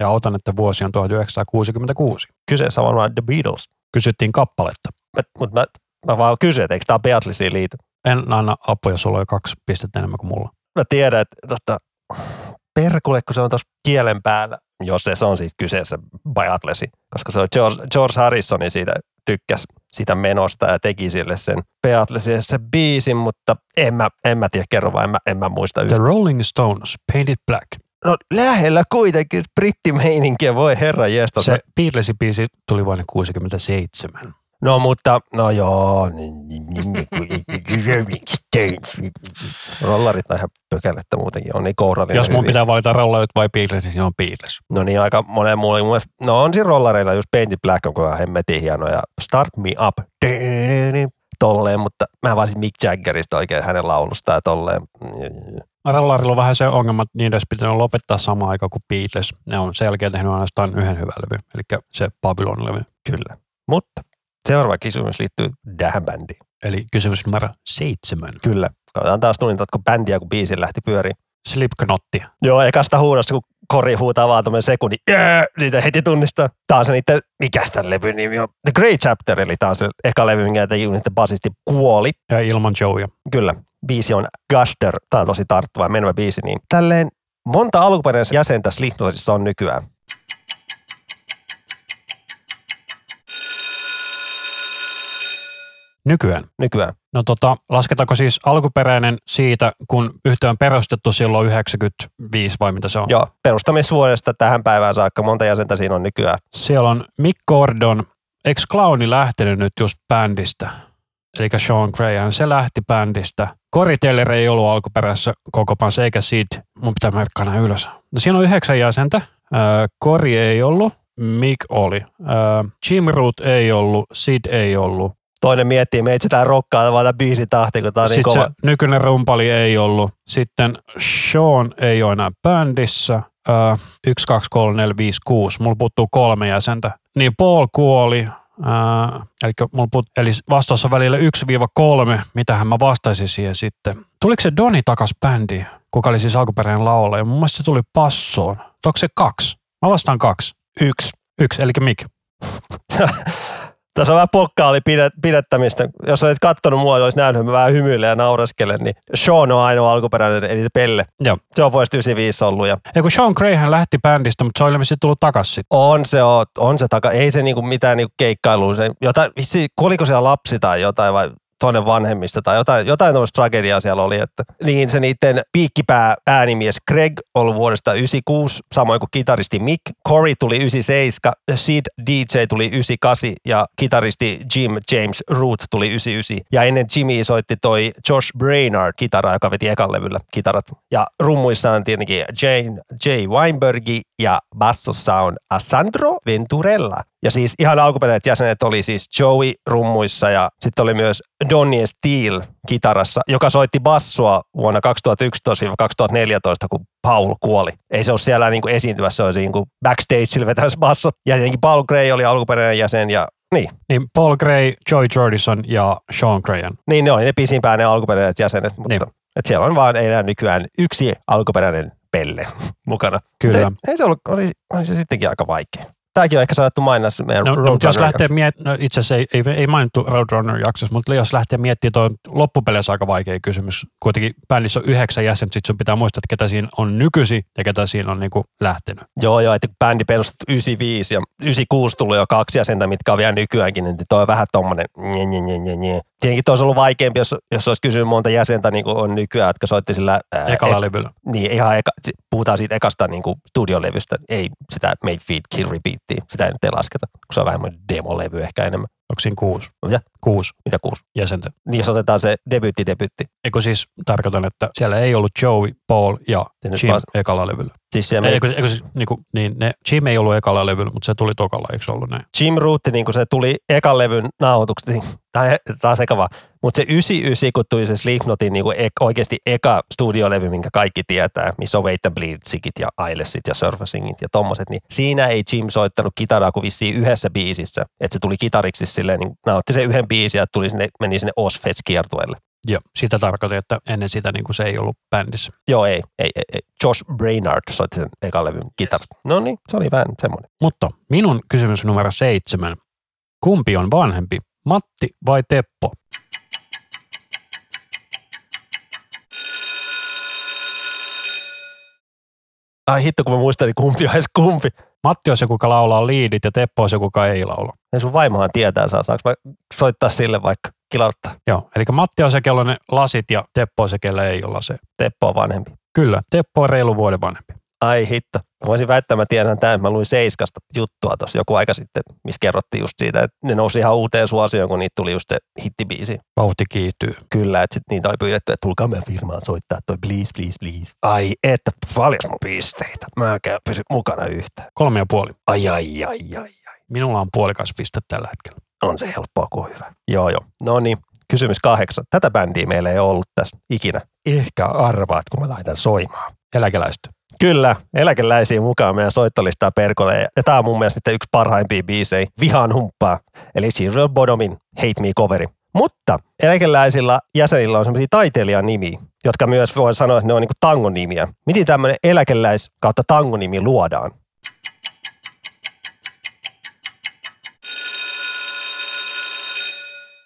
[SPEAKER 2] Ja otan, että vuosi on 1966.
[SPEAKER 3] Kyseessä on varmaan The Beatles.
[SPEAKER 2] Kysyttiin kappaletta.
[SPEAKER 3] Mutta mä, mä vaan kysyn, että eikö tämä Beatlesiin liity.
[SPEAKER 2] En anna apuja, sulla on jo kaksi pistettä enemmän kuin mulla.
[SPEAKER 3] Mä tiedän, että totta, perkule, kun se on tuossa kielen päällä, jos se on siitä kyseessä Beatlesi, koska se on George, George Harrisoni siitä tykkäs sitä menosta ja teki sille sen Beatlesille se biisin, mutta en mä, en mä tiedä, kerro vaan, en mä, en mä muista
[SPEAKER 2] The
[SPEAKER 3] yhtään.
[SPEAKER 2] Rolling Stones, Painted Black.
[SPEAKER 3] No lähellä kuitenkin brittimeininkiä, voi herra jestas.
[SPEAKER 2] Se Beatlesin biisi tuli vuonna 1967.
[SPEAKER 3] No mutta, no joo, niin- niin- niin- niin- niin- niin- niin- niin- niin- rollarit on ihan pökälettä muutenkin, on niin kourallinen.
[SPEAKER 2] Jos mun
[SPEAKER 3] hyvin.
[SPEAKER 2] pitää valita Rolloit vai Beatles, niin se on Beatles.
[SPEAKER 3] No niin, aika monen muulle. Mun mielestä- No on siinä rollareilla, just Painted Black on kyllä hemmetin hieno ja Start Me Up, tolleen, mutta mä vaan sit Mick Jaggerista oikein hänen laulustaan ja tolleen.
[SPEAKER 2] Rallarilla on vähän se ongelma, että niiden olisi pitänyt lopettaa samaan aikaan kuin Beatles. Ne on sen jälkeen tehnyt ainoastaan yhden hyvän levyn, eli se Babylon-levy.
[SPEAKER 3] Kyllä. Mutta seuraava kysymys liittyy tähän bändiin.
[SPEAKER 2] Eli kysymys numero seitsemän.
[SPEAKER 3] Kyllä. Katsotaan taas tunnitatko bändiä, kun biisi lähti pyöriin.
[SPEAKER 2] Slipknotti.
[SPEAKER 3] Joo, ekasta huudosta, kun kori huutaa vaan tuommoinen sekunnin, "Jää!", niitä heti tunnistaa. Tää on se niiden, mikäs tämän levyn nimi on? The Great Chapter, eli tää on se eka levy, minkä te niiden basisti kuoli.
[SPEAKER 2] Ja ilman Joeja.
[SPEAKER 3] Kyllä, biisi on Guster, tää on tosi tarttuva ja menevä biisi, niin tälleen monta alkuperäisen jäsentä Slipknotissa on nykyään.
[SPEAKER 2] Nykyään.
[SPEAKER 3] Nykyään.
[SPEAKER 2] No tota, lasketaanko siis alkuperäinen siitä, kun yhtiö on perustettu silloin 95 vai mitä se on?
[SPEAKER 3] Joo, perustamisvuodesta tähän päivään saakka monta jäsentä siinä on nykyään.
[SPEAKER 2] Siellä on Mick Gordon, ex clowni lähtenyt nyt just bändistä, eli Sean Graham, se lähti bändistä. Cory Taylor ei ollut alkuperäisessä kokopansa, eikä Sid, mun pitää merkkaa nää ylös. No siinä on yhdeksän jäsentä, Öö, Cory ei ollut, Mick oli, Öö, Jim Root ei ollut, Sid ei ollut,
[SPEAKER 3] toinen miettii, me etsitään rokkaa vaan tämä biisin tahti, kun tämä on niin
[SPEAKER 2] Sitten
[SPEAKER 3] kova.
[SPEAKER 2] se nykyinen rumpali ei ollut. Sitten Sean ei ole enää bändissä. Äh, 1, 2, 3, 4, 5, 6. Mulla puuttuu kolme jäsentä. Niin Paul kuoli. Äh, eli, mulla put, eli vastaus on välillä 1-3. Mitähän mä vastaisin siihen sitten? Tuliko se Doni takas bändiin, kuka oli siis alkuperäinen laulaja? Mun mielestä se tuli passoon. Onko se kaksi? Mä vastaan kaksi.
[SPEAKER 3] Yksi.
[SPEAKER 2] Yksi, eli Mik.
[SPEAKER 3] Tässä on vähän pokkaali pidet- pidättämistä. Jos olet kattonut mua, niin olisi nähnyt, että mä vähän hymyilen ja naureskelen, niin Sean on ainoa alkuperäinen, eli se Pelle.
[SPEAKER 2] Joo.
[SPEAKER 3] Se on vuodesta 95 ollut ja
[SPEAKER 2] Ja kun Sean Grayhän lähti bändistä, mutta se oli ilmeisesti tullut takas sitten.
[SPEAKER 3] on se, on, on se taka, ei se niinku mitään niinku keikkailuun. Se, jotain, vissi, oliko siellä lapsi tai jotain vai toinen vanhemmista tai jotain, jotain tuollaista tragediaa siellä oli. Että, niin se niiden piikkipää äänimies Greg ollut vuodesta 96, samoin kuin kitaristi Mick. Corey tuli 97, Sid DJ tuli 98 ja kitaristi Jim James Root tuli 99. Ja ennen Jimmy soitti toi Josh Brainard kitara, joka veti ekan levyllä kitarat. Ja rummuissa on tietenkin Jane, Jay Weinbergi ja bassossa on Sandro Venturella. Ja siis ihan alkuperäiset jäsenet oli siis Joey rummuissa ja sitten oli myös Donnie Steele kitarassa, joka soitti bassoa vuonna 2011-2014, kun Paul kuoli. Ei se ole siellä niin kuin esiintymässä, se olisi niin kuin backstageillä vetämässä bassot. Ja tietenkin Paul Gray oli alkuperäinen jäsen ja niin,
[SPEAKER 2] Niin Paul Gray, Joy Jordison ja Sean Grayan.
[SPEAKER 3] niin ne oli ne pisimpään ne alkuperäiset jäsenet, mutta
[SPEAKER 2] Niin.
[SPEAKER 3] et siellä on vaan enää nykyään yksi alkuperäinen pelle (laughs) mukana.
[SPEAKER 2] Kyllä.
[SPEAKER 3] Ei, ei se ollut, oli, oli se sittenkin aika vaikea. Tämäkin on ehkä saattu mainita meidän
[SPEAKER 2] No, no, mutta jos
[SPEAKER 3] Roadrunner
[SPEAKER 2] lähtee miet- no, itse asiassa ei, ei, ei mainittu Roadrunner-jaksossa, mutta jos lähtee miettimään, tuo on loppupeleissä aika vaikea kysymys. Kuitenkin bändissä on yhdeksän jäsentä, sitten sun pitää muistaa, että ketä siinä on nykyisin ja ketä siinä on niinku lähtenyt.
[SPEAKER 3] Joo, joo, että kun bändi perustettu 95 ja 96 tuli jo kaksi jäsentä, mitkä on vielä nykyäänkin, niin toi on vähän tommonen nye, nye, nye, nye, nye. Tietenkin toi olisi ollut vaikeampi, jos, jos olisi kysynyt monta jäsentä, niin kuin on nykyään, jotka soitti sillä... Ää,
[SPEAKER 2] Ekalla
[SPEAKER 3] e-
[SPEAKER 2] levyllä.
[SPEAKER 3] niin, ihan eka, si- puhutaan siitä ekasta niin kuin studiolevystä, ei sitä Made Feed Kill Repeatia, sitä nyt ei lasketa, kun se on vähän semmoinen demolevy ehkä enemmän.
[SPEAKER 2] Onko siinä kuusi?
[SPEAKER 3] Mitä?
[SPEAKER 2] Kuusi
[SPEAKER 3] Mitä kuusi?
[SPEAKER 2] jäsentä.
[SPEAKER 3] Niin jos otetaan se debyytti, debyytti.
[SPEAKER 2] Eikö siis tarkoitan, että siellä ei ollut Joey, Paul ja
[SPEAKER 3] Sinne
[SPEAKER 2] Jim
[SPEAKER 3] vaan-
[SPEAKER 2] ekalla levyllä.
[SPEAKER 3] Siis se
[SPEAKER 2] Eikö, eikö siis, niinku, niin, ne, Jim ei ollut ekalla levyllä, mutta se tuli tokalla, eikö ollut näin?
[SPEAKER 3] Jim Rootti, niin kun se tuli ekan levyn nauhoitukset, niin tämä on sekava. Mutta se 99, kun tuli se Slipknotin niin ek, oikeasti eka studiolevy, minkä kaikki tietää, missä on Wait and Bleedsikit ja Ailesit ja Surfacingit ja tommoset, niin siinä ei Jim soittanut kitaraa kuin vissiin yhdessä biisissä. Että se tuli kitariksi silleen, niin nautti sen yhden biisin ja tuli sinne, meni sinne Osfets-kiertueelle.
[SPEAKER 2] Joo, sitä tarkoitin, että ennen sitä niin kuin se ei ollut bändissä.
[SPEAKER 3] Joo, ei, ei, ei, ei. Josh Brainard soitti sen ekan levyn kitarat. No niin, se oli vähän semmoinen.
[SPEAKER 2] Mutta minun kysymys numero seitsemän. Kumpi on vanhempi, Matti vai Teppo?
[SPEAKER 3] Ai hitto, kun mä muistelin kumpi on edes kumpi.
[SPEAKER 2] Matti on se, kuka laulaa liidit ja Teppo on se, kuka ei laula.
[SPEAKER 3] Ja Niin sun vaimohan tietää, saa, saanko mä soittaa sille vaikka kilauttaa.
[SPEAKER 2] Joo, eli Matti on se, kello on ne lasit ja Teppo on se, kellä ei olla se.
[SPEAKER 3] Teppo on vanhempi.
[SPEAKER 2] Kyllä, Teppo on reilu vuoden vanhempi.
[SPEAKER 3] Ai hitto. Mä voisin väittää, mä tiedän tämän. Mä luin Seiskasta juttua tuossa joku aika sitten, missä kerrottiin just siitä, että ne nousi ihan uuteen suosioon, kun niitä tuli just se hittibiisi.
[SPEAKER 2] Vauhti kiihtyy.
[SPEAKER 3] Kyllä, että sit niitä oli pyydetty, että tulkaa meidän firmaan soittaa toi please, please, please. Ai, että paljon mun pisteitä. Mä enkä pysy mukana yhtään.
[SPEAKER 2] Kolme ja puoli.
[SPEAKER 3] Ai, ai, ai, ai, ai.
[SPEAKER 2] Minulla on puolikas piste tällä hetkellä.
[SPEAKER 3] On se helppoa kuin on hyvä. Joo, joo. No niin, kysymys kahdeksan. Tätä bändiä meillä ei ole ollut tässä ikinä. Ehkä arvaat, kun mä laitan soimaan.
[SPEAKER 2] Eläkeläiset.
[SPEAKER 3] Kyllä, eläkeläisiä mukaan meidän soittolistaa perkolee. Ja tämä on mun mielestä sitten yksi parhaimpia biisejä, Vihan humppaa, eli Cyril Bodomin Hate Me coveri. Mutta eläkeläisillä jäsenillä on sellaisia taiteilijan nimiä, jotka myös voi sanoa, että ne on niin tangon nimiä. Miten tämmöinen eläkeläis kautta tangon nimi luodaan?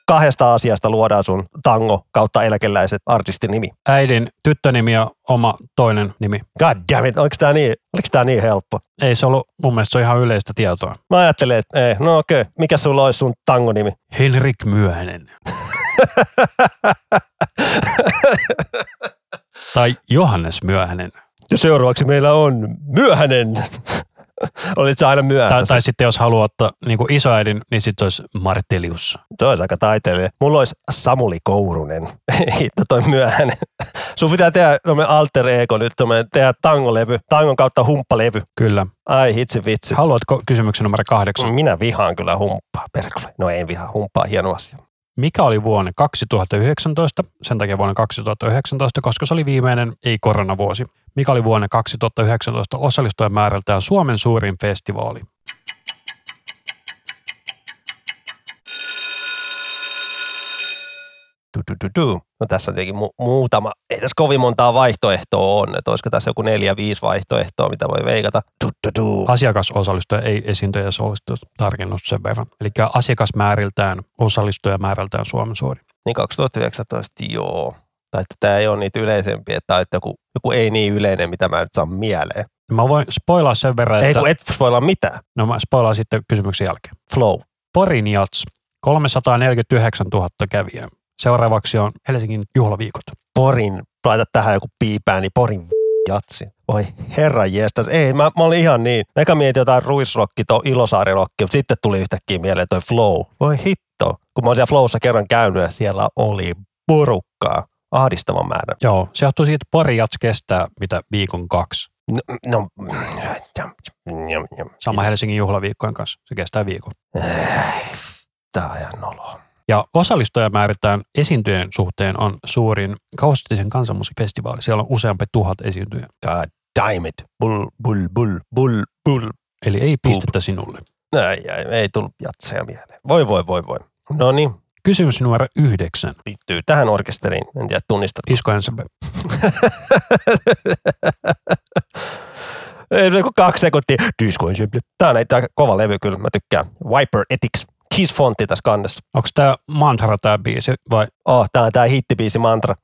[SPEAKER 3] Kahdesta asiasta luodaan sun tango kautta eläkeläiset artistin nimi.
[SPEAKER 2] Äidin tyttönimi ja oma toinen nimi.
[SPEAKER 3] God damn it, oliko tämä niin, oliko tää niin helppo?
[SPEAKER 2] Ei se ollut, mun mielestä se on ihan yleistä tietoa.
[SPEAKER 3] Mä ajattelin, että ei, no okei, mikä sulla olisi sun tangonimi?
[SPEAKER 2] Henrik Myöhänen. tai Johannes Myöhänen.
[SPEAKER 3] Ja seuraavaksi meillä on myöhäinen. (laughs) Olit sä aina
[SPEAKER 2] Tai,
[SPEAKER 3] myöhässä.
[SPEAKER 2] tai sitten jos haluaa ottaa niin kuin isoäidin, niin sitten olisi Martelius.
[SPEAKER 3] Toi olisi aika taiteellinen. Mulla olisi Samuli Kourunen. (laughs) Hitto toi myöhäinen. Sun pitää tehdä tuommoinen alter ego nyt, tuommoinen tehdä tangolevy, tangon kautta humppalevy.
[SPEAKER 2] Kyllä.
[SPEAKER 3] Ai hitsi vitsi.
[SPEAKER 2] Haluatko kysymyksen numero kahdeksan?
[SPEAKER 3] Minä vihaan kyllä humppaa, perkele. No en vihaa humppaa, hieno asia.
[SPEAKER 2] mikä oli vuonna 2019, sen takia vuonna 2019, koska se oli viimeinen ei-koronavuosi, mikä oli vuonna 2019 osallistujamäärältään Suomen suurin festivaali.
[SPEAKER 3] Du, du, du, du. No tässä on tietenkin mu- muutama, ei tässä kovin montaa vaihtoehtoa on, että olisiko tässä joku neljä, viisi vaihtoehtoa, mitä voi veikata. Du, du, du.
[SPEAKER 2] Asiakasosallistuja ei esiintyjä osallistuja tarkennus sen verran. Eli asiakasmääriltään osallistujamäärältään Suomen suurin.
[SPEAKER 3] Niin 2019, joo. Tai että tämä ei ole niitä yleisempiä, tai että joku, joku ei niin yleinen, mitä mä nyt saan mieleen.
[SPEAKER 2] Mä voin spoilaa sen verran,
[SPEAKER 3] Ei
[SPEAKER 2] että...
[SPEAKER 3] kun e- et spoilaa mitään.
[SPEAKER 2] No mä spoilaan sitten kysymyksen jälkeen.
[SPEAKER 3] Flow.
[SPEAKER 2] Porin Jats, 349 000 kävijää. Seuraavaksi on Helsingin juhlaviikot.
[SPEAKER 3] Porin, laita tähän joku piipää, niin Porin v- jatsi. Voi herra jestas. Ei, mä, mä olin ihan niin. Mä eka mietin jotain ruisrokki, tuo ilosaarirokki, mutta sitten tuli yhtäkkiä mieleen toi flow. Voi hitto. Kun mä oon siellä flowssa kerran käynyt ja siellä oli porukkaa. Ahdistavan määrä.
[SPEAKER 2] Joo, se johtuu siitä, että Porin Jats kestää mitä viikon kaksi.
[SPEAKER 3] No, no, mm, jam, jam, jam, jam.
[SPEAKER 2] Sama Helsingin juhlaviikkojen kanssa. Se kestää viikon.
[SPEAKER 3] Äh, Tää on ihan noloa.
[SPEAKER 2] Ja osallistujamääritään esiintyjen suhteen on suurin kaustisen kansanmusiikkifestivaali. Siellä on useampi tuhat esiintyjää.
[SPEAKER 3] God damn it. Bull, bull, bull, bull, bull,
[SPEAKER 2] Eli ei pistettä sinulle.
[SPEAKER 3] Ei, ei, ei tullut jatseja mieleen. Voi, voi, voi, voi. No niin,
[SPEAKER 2] Kysymys numero yhdeksän.
[SPEAKER 3] liittyy tähän orkesteriin. En tiedä, tunnistat.
[SPEAKER 2] Isko Ensemble.
[SPEAKER 3] (laughs) Ei, se on kuin kaksi sekuntia. Disco Ensemble. Tää on itse aika kova levy kyllä, mä tykkään. Viper Ethics. Kiss fontti tässä kannessa.
[SPEAKER 2] Onko tämä Mantra tämä biisi vai
[SPEAKER 3] Oh, tää on tää hittibiisi mantra.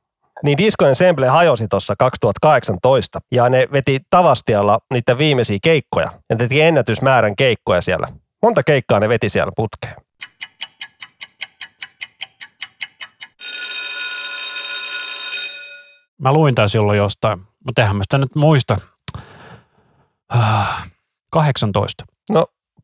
[SPEAKER 3] Niin Disco Ensemble hajosi tuossa 2018 ja ne veti Tavastialla niitä viimeisiä keikkoja. Ja ne teki ennätysmäärän keikkoja siellä. Monta keikkaa ne veti siellä putkeen.
[SPEAKER 2] Mä luin tämän silloin jostain, mutta eihän mä sitä nyt muista. Ah, 18,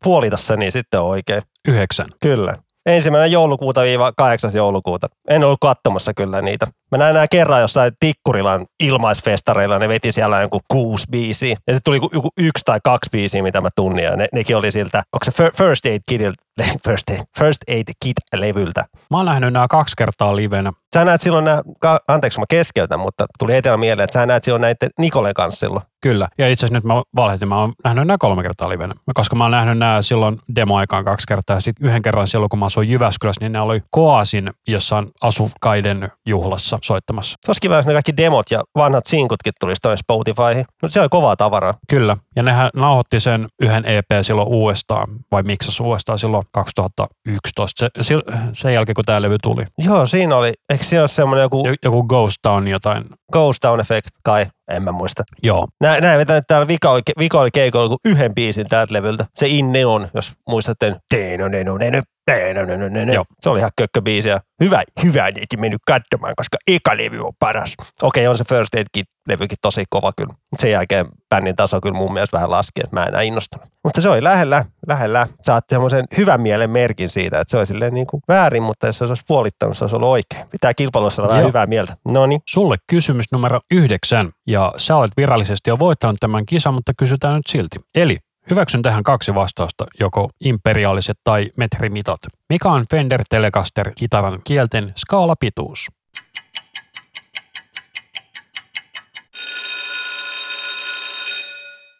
[SPEAKER 3] Puolita se, niin sitten on oikein.
[SPEAKER 2] 9.
[SPEAKER 3] Kyllä. Ensimmäinen joulukuuta viiva kahdeksas joulukuuta. En ollut katsomassa kyllä niitä. Mä näin nämä kerran jossain Tikkurilan ilmaisfestareilla, ne veti siellä joku kuusi biisiä. Ja se tuli joku- joku yksi tai kaksi biisiä, mitä mä tunnin. Ja ne, nekin oli siltä, onko se Fir- First Aid Kidiltä, (laughs) First Aid, First Aid Kid-levyltä.
[SPEAKER 2] Mä oon nähnyt nämä kaksi kertaa livenä.
[SPEAKER 3] Sä näet silloin nämä, ka- anteeksi kun mä keskeytän, mutta tuli etelä mieleen, että sä näet silloin näiden Nikolen kanssa silloin.
[SPEAKER 2] Kyllä. Ja itse asiassa nyt mä valehtin, mä oon nähnyt nämä kolme kertaa livenä. Mä- Koska mä oon nähnyt nämä silloin demoaikaan kaksi kertaa. Ja sitten yhden kerran silloin, kun mä asuin Jyväskylässä, niin ne oli Koasin jossain asukkaiden juhlassa soittamassa.
[SPEAKER 3] Se olisi kiva, jos ne kaikki demot ja vanhat sinkutkin tulisi tuonne Spotifyhin. No se oli kovaa tavaraa.
[SPEAKER 2] Kyllä. Ja nehän nauhoitti sen yhden EP silloin uudestaan, vai miksas uudestaan silloin 2011, se, sil- sen jälkeen kun tämä levy tuli.
[SPEAKER 3] Joo, siinä oli, eikö siinä ole semmoinen joku
[SPEAKER 2] Jo- Joku Ghost Town jotain.
[SPEAKER 3] Ghost Town Effect kai, en mä muista.
[SPEAKER 2] Joo.
[SPEAKER 3] Näin, näin vetänyt täällä vikaali, vikaali keikolla kuin yhden biisin täältä levyltä. Se In Neon, jos muistatte. Teenonenonene, teenonenonene.
[SPEAKER 2] Joo.
[SPEAKER 3] Se oli ihan kökköbiisi ja hyvä, hyvä että et mennyt katsomaan, koska eka levy on paras. Okei, on se First Aid Kid levykin tosi kova kyllä. Mut sen jälkeen bändin taso kyllä mun mielestä vähän laski, että mä en enää innostunut. Mutta se oli lähellä, lähellä. Saat semmoisen hyvän mielen merkin siitä, että se oli silleen niin kuin väärin, mutta jos se olisi puolittanut, se olisi ollut oikein. Pitää kilpailussa olla vähän
[SPEAKER 2] Joo.
[SPEAKER 3] hyvää mieltä. No niin.
[SPEAKER 2] Sulle kysymys numero yhdeksän, ja sä olet virallisesti jo voittanut tämän kisan, mutta kysytään nyt silti. Eli hyväksyn tähän kaksi vastausta, joko imperiaaliset tai metrimitat. Mikä on Fender Telecaster kitaran kielten skaalapituus?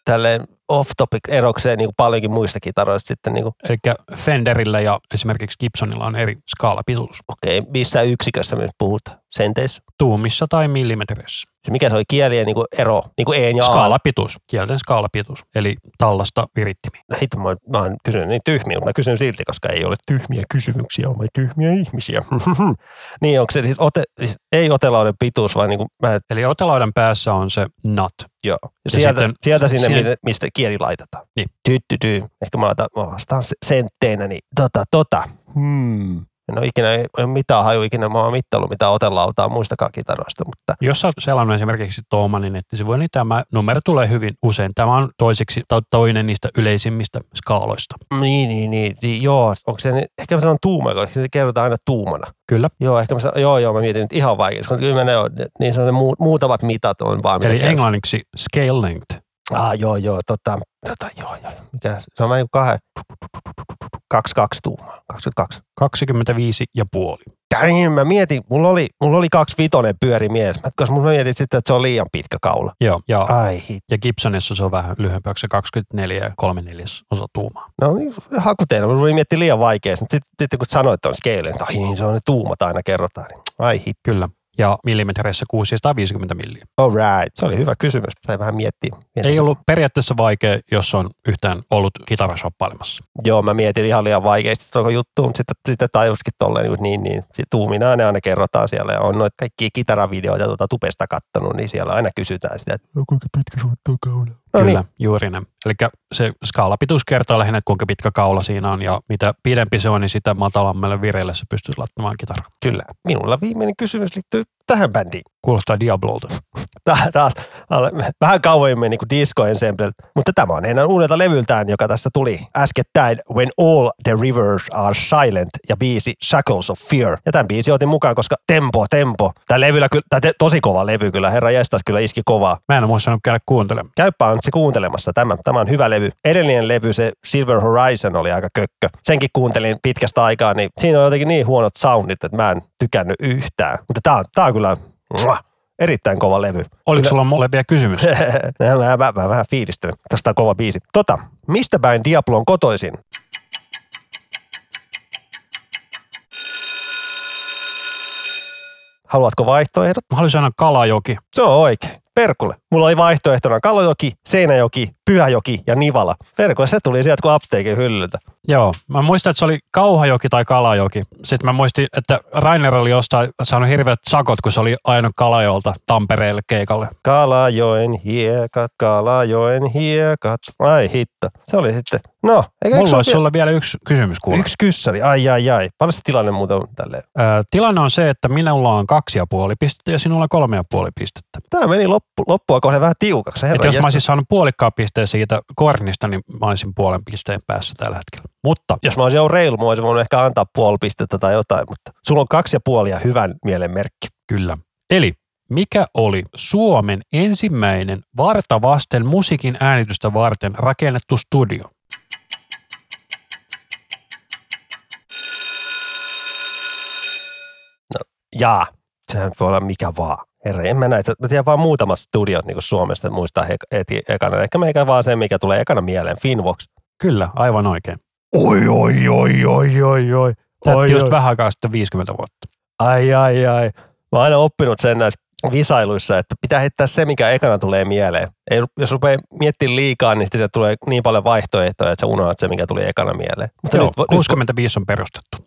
[SPEAKER 3] tälleen off topic erokseen niin kuin paljonkin muista kitaroista sitten, niin kuin,
[SPEAKER 2] Eli Fenderillä ja esimerkiksi Gibsonilla on eri skaalapituus,
[SPEAKER 3] okei, okay, missä yksikössä me nyt puhutaan? Senteissä?
[SPEAKER 2] tuumissa tai millimetreissä.
[SPEAKER 3] Se Mikä se oli kielien niin kuin ero? Niin kuin E ja A.
[SPEAKER 2] Skaalapituus, kielten skaalapituus, eli tallasta virittimiin.
[SPEAKER 3] Hitto, mä, oon- mä oon kysynyt niin tyhmiä, mutta mä kysyn silti, koska ei ole tyhmiä kysymyksiä, on vain tyhmiä ihmisiä. (laughs) niin, onko se siis, ote, siis ei otelauden pituus, vaan niin kuin, mä, et-
[SPEAKER 2] Eli otelaudan päässä on se nut.
[SPEAKER 3] joo. Sieltä,
[SPEAKER 2] sitten-
[SPEAKER 3] sieltä sinne,
[SPEAKER 2] sie-
[SPEAKER 3] mistä, mistä kieli laitetaan.
[SPEAKER 2] Niin.
[SPEAKER 3] Ty, ty, ty. Ehkä mä, otan, mä vastaan se- sentteinä, niin tota, tota. Hmm. En ole ikinä, ei ole mitään haju ikinä, mä oon mittaillut mitään otelautaa muistakaan kitaroista, mutta
[SPEAKER 2] Jos sä oot selannut esimerkiksi Toomanin nettisivuja, niin tämä numero tulee hyvin usein. Tämä on toiseksi tai toinen niistä yleisimmistä skaaloista.
[SPEAKER 3] Niin, niin, niin, niin joo. Onko se, niin- ehkä mä sanon tuuma, koska se kerrotaan aina tuumana.
[SPEAKER 2] Kyllä.
[SPEAKER 3] Joo, ehkä mä sanon, joo, joo, mä mietin nyt ihan vaikeus, kun kyllä mä ne on, niin se on ne muu, muutamat mitat on vaan. mitä
[SPEAKER 2] Eli
[SPEAKER 3] käy.
[SPEAKER 2] englanniksi scale length.
[SPEAKER 3] Ah, joo, joo, tota, tota, joo, joo. Mikä, se- se on vähän niin kuin kahden, kaksi, kaksi tuumaa, 22.
[SPEAKER 2] 25 ja puoli.
[SPEAKER 3] damn, mä mietin, mulla oli, mulla oli kaksi vitonen pyörimies, mä, koska mä mietin sitten, että se on liian pitkä kaula.
[SPEAKER 2] Joo, ja,
[SPEAKER 3] Ai hit.
[SPEAKER 2] ja Gibsonissa se on vähän lyhyempi, onko se 24 ja 3 neljäs osa tuumaa.
[SPEAKER 3] No niin, hakuteena, mä voin miettiä liian vaikeasti, mutta sitten sit, kun sanoit tuon scale, että ai niin, se on ne tuumat aina kerrotaan, niin ai hit.
[SPEAKER 2] Kyllä. Ja millimetreissä 650 milliä.
[SPEAKER 3] All right. Se oli hyvä kysymys, sai vähän miettiä. miettiä.
[SPEAKER 2] Ei ollut periaatteessa vaikea, jos on yhtään ollut kitarashoppailemassa.
[SPEAKER 3] Joo, mä mietin ihan liian vaikeasti tuo juttu, mutta sitten, sitten tajuskin tolleen, niin, niin, niin sit tuumina aina, aina kerrotaan siellä. Ja on noita kaikki kitaravideoita tuota tupesta kattonut, niin siellä aina kysytään sitä, että no, kuinka pitkä sun tuo kaula? No
[SPEAKER 2] Kyllä,
[SPEAKER 3] niin,
[SPEAKER 2] juuri näin. Eli se skaalapituus kertoo lähinnä, että kuinka pitkä kaula siinä on ja mitä pidempi se on, niin sitä matalammalle vireelle se pystyy laittamaan kitara.
[SPEAKER 3] kyllä. Minulla viimeinen kysymys liittyy tähän bändiin.
[SPEAKER 2] Kuulostaa Diablolta.
[SPEAKER 3] Tää- Taas alle- vähän kauemmin meni kuin Disco Ensemble, mutta tämä on heidän uudelta levyltään, joka tästä tuli äskettäin When All the Rivers Are Silent ja biisi Shackles of Fear. Ja tämän biisi otin mukaan, koska tempo, tempo. Tämä levyllä kyllä, tämä te- tosi kova levy kyllä, herra Jestas kyllä iski kovaa.
[SPEAKER 2] Mä en ole muistanut käydä kuuntelemaan.
[SPEAKER 3] Käypä Antsi kuuntelemassa tämä. Tämä on hyvä levy. Edellinen levy, se Silver Horizon, oli aika kökkö. Senkin kuuntelin pitkästä aikaa, niin siinä on jotenkin niin huonot soundit, että mä en tykännyt yhtään. Mutta tämä on, tää on kyllä muah, erittäin kova levy.
[SPEAKER 2] Oliko
[SPEAKER 3] Kyllä.
[SPEAKER 2] sulla mulle vielä
[SPEAKER 3] (laughs)
[SPEAKER 2] kysymys?
[SPEAKER 3] mä, mä, mä, mä vähän fiilistelen. Tästä on kova biisi. Tota, mistä päin Diablo on kotoisin? Haluatko vaihtoehdot?
[SPEAKER 2] Mä haluaisin sanoa Kalajoki.
[SPEAKER 3] Se on oikein. Perkulle. Mulla oli vaihtoehtona Kalojoki, Seinäjoki, Pyhäjoki ja Nivala. Perkulle, se tuli sieltä kuin apteekin hyllyltä.
[SPEAKER 2] Joo, mä muistan, että se oli Kauhajoki tai Kalajoki. Sitten mä muistin, että Rainer oli jostain saanut hirveät sakot, kun se oli ajanut Kalajolta Tampereelle keikalle.
[SPEAKER 3] Kalajoen hiekat, Kalajoen hiekat. Ai hitto. Se oli sitten. No, eikä
[SPEAKER 2] Mulla
[SPEAKER 3] ole
[SPEAKER 2] olisi sulle vielä yksi kysymys kuule.
[SPEAKER 3] Yksi kyssäri. Ai, ai, ai. Paljon se tilanne muuten on tälleen.
[SPEAKER 2] Ö, tilanne on se, että minulla on kaksi ja puoli pistettä ja sinulla on kolme ja puoli pistettä.
[SPEAKER 3] Tämä meni loppu, loppua kohden vähän tiukaksi. Herra
[SPEAKER 2] Et jos mä
[SPEAKER 3] jästä.
[SPEAKER 2] olisin saanut puolikkaa pisteen siitä kornista, niin mä olisin puolen pisteen päässä tällä hetkellä. Mutta
[SPEAKER 3] jos mä olisin ollut reilu, mä olisin voinut ehkä antaa puoli pistettä tai jotain, mutta sulla on kaksi ja puoli ja hyvän mielen merkki.
[SPEAKER 2] kyllä. Eli mikä oli Suomen ensimmäinen varta vasten musiikin äänitystä varten rakennettu studio?
[SPEAKER 3] Jaa, sehän voi olla mikä vaan. Herra, en mä näitä. Mä tiedän vaan muutamat studiot niin Suomesta muistaa he, heti ekana. Ehkä meikä vaan se, mikä tulee ekana mieleen, Finvox.
[SPEAKER 2] Kyllä, aivan oikein.
[SPEAKER 3] Oi, oi, oi, oi, oi, oi.
[SPEAKER 2] Täytti just vähän aikaa sitten 50 vuotta.
[SPEAKER 3] Ai, ai, ai. Mä oon aina oppinut sen näissä visailuissa, että pitää heittää se, mikä ekana tulee mieleen. Ei, jos rupeaa miettimään liikaa, niin sitten sieltä tulee niin paljon vaihtoehtoja, että sä unohdat se, mikä tuli ekana mieleen. Mutta
[SPEAKER 2] Joo,
[SPEAKER 3] nyt, vo- nyt,
[SPEAKER 2] 65 on perustettu.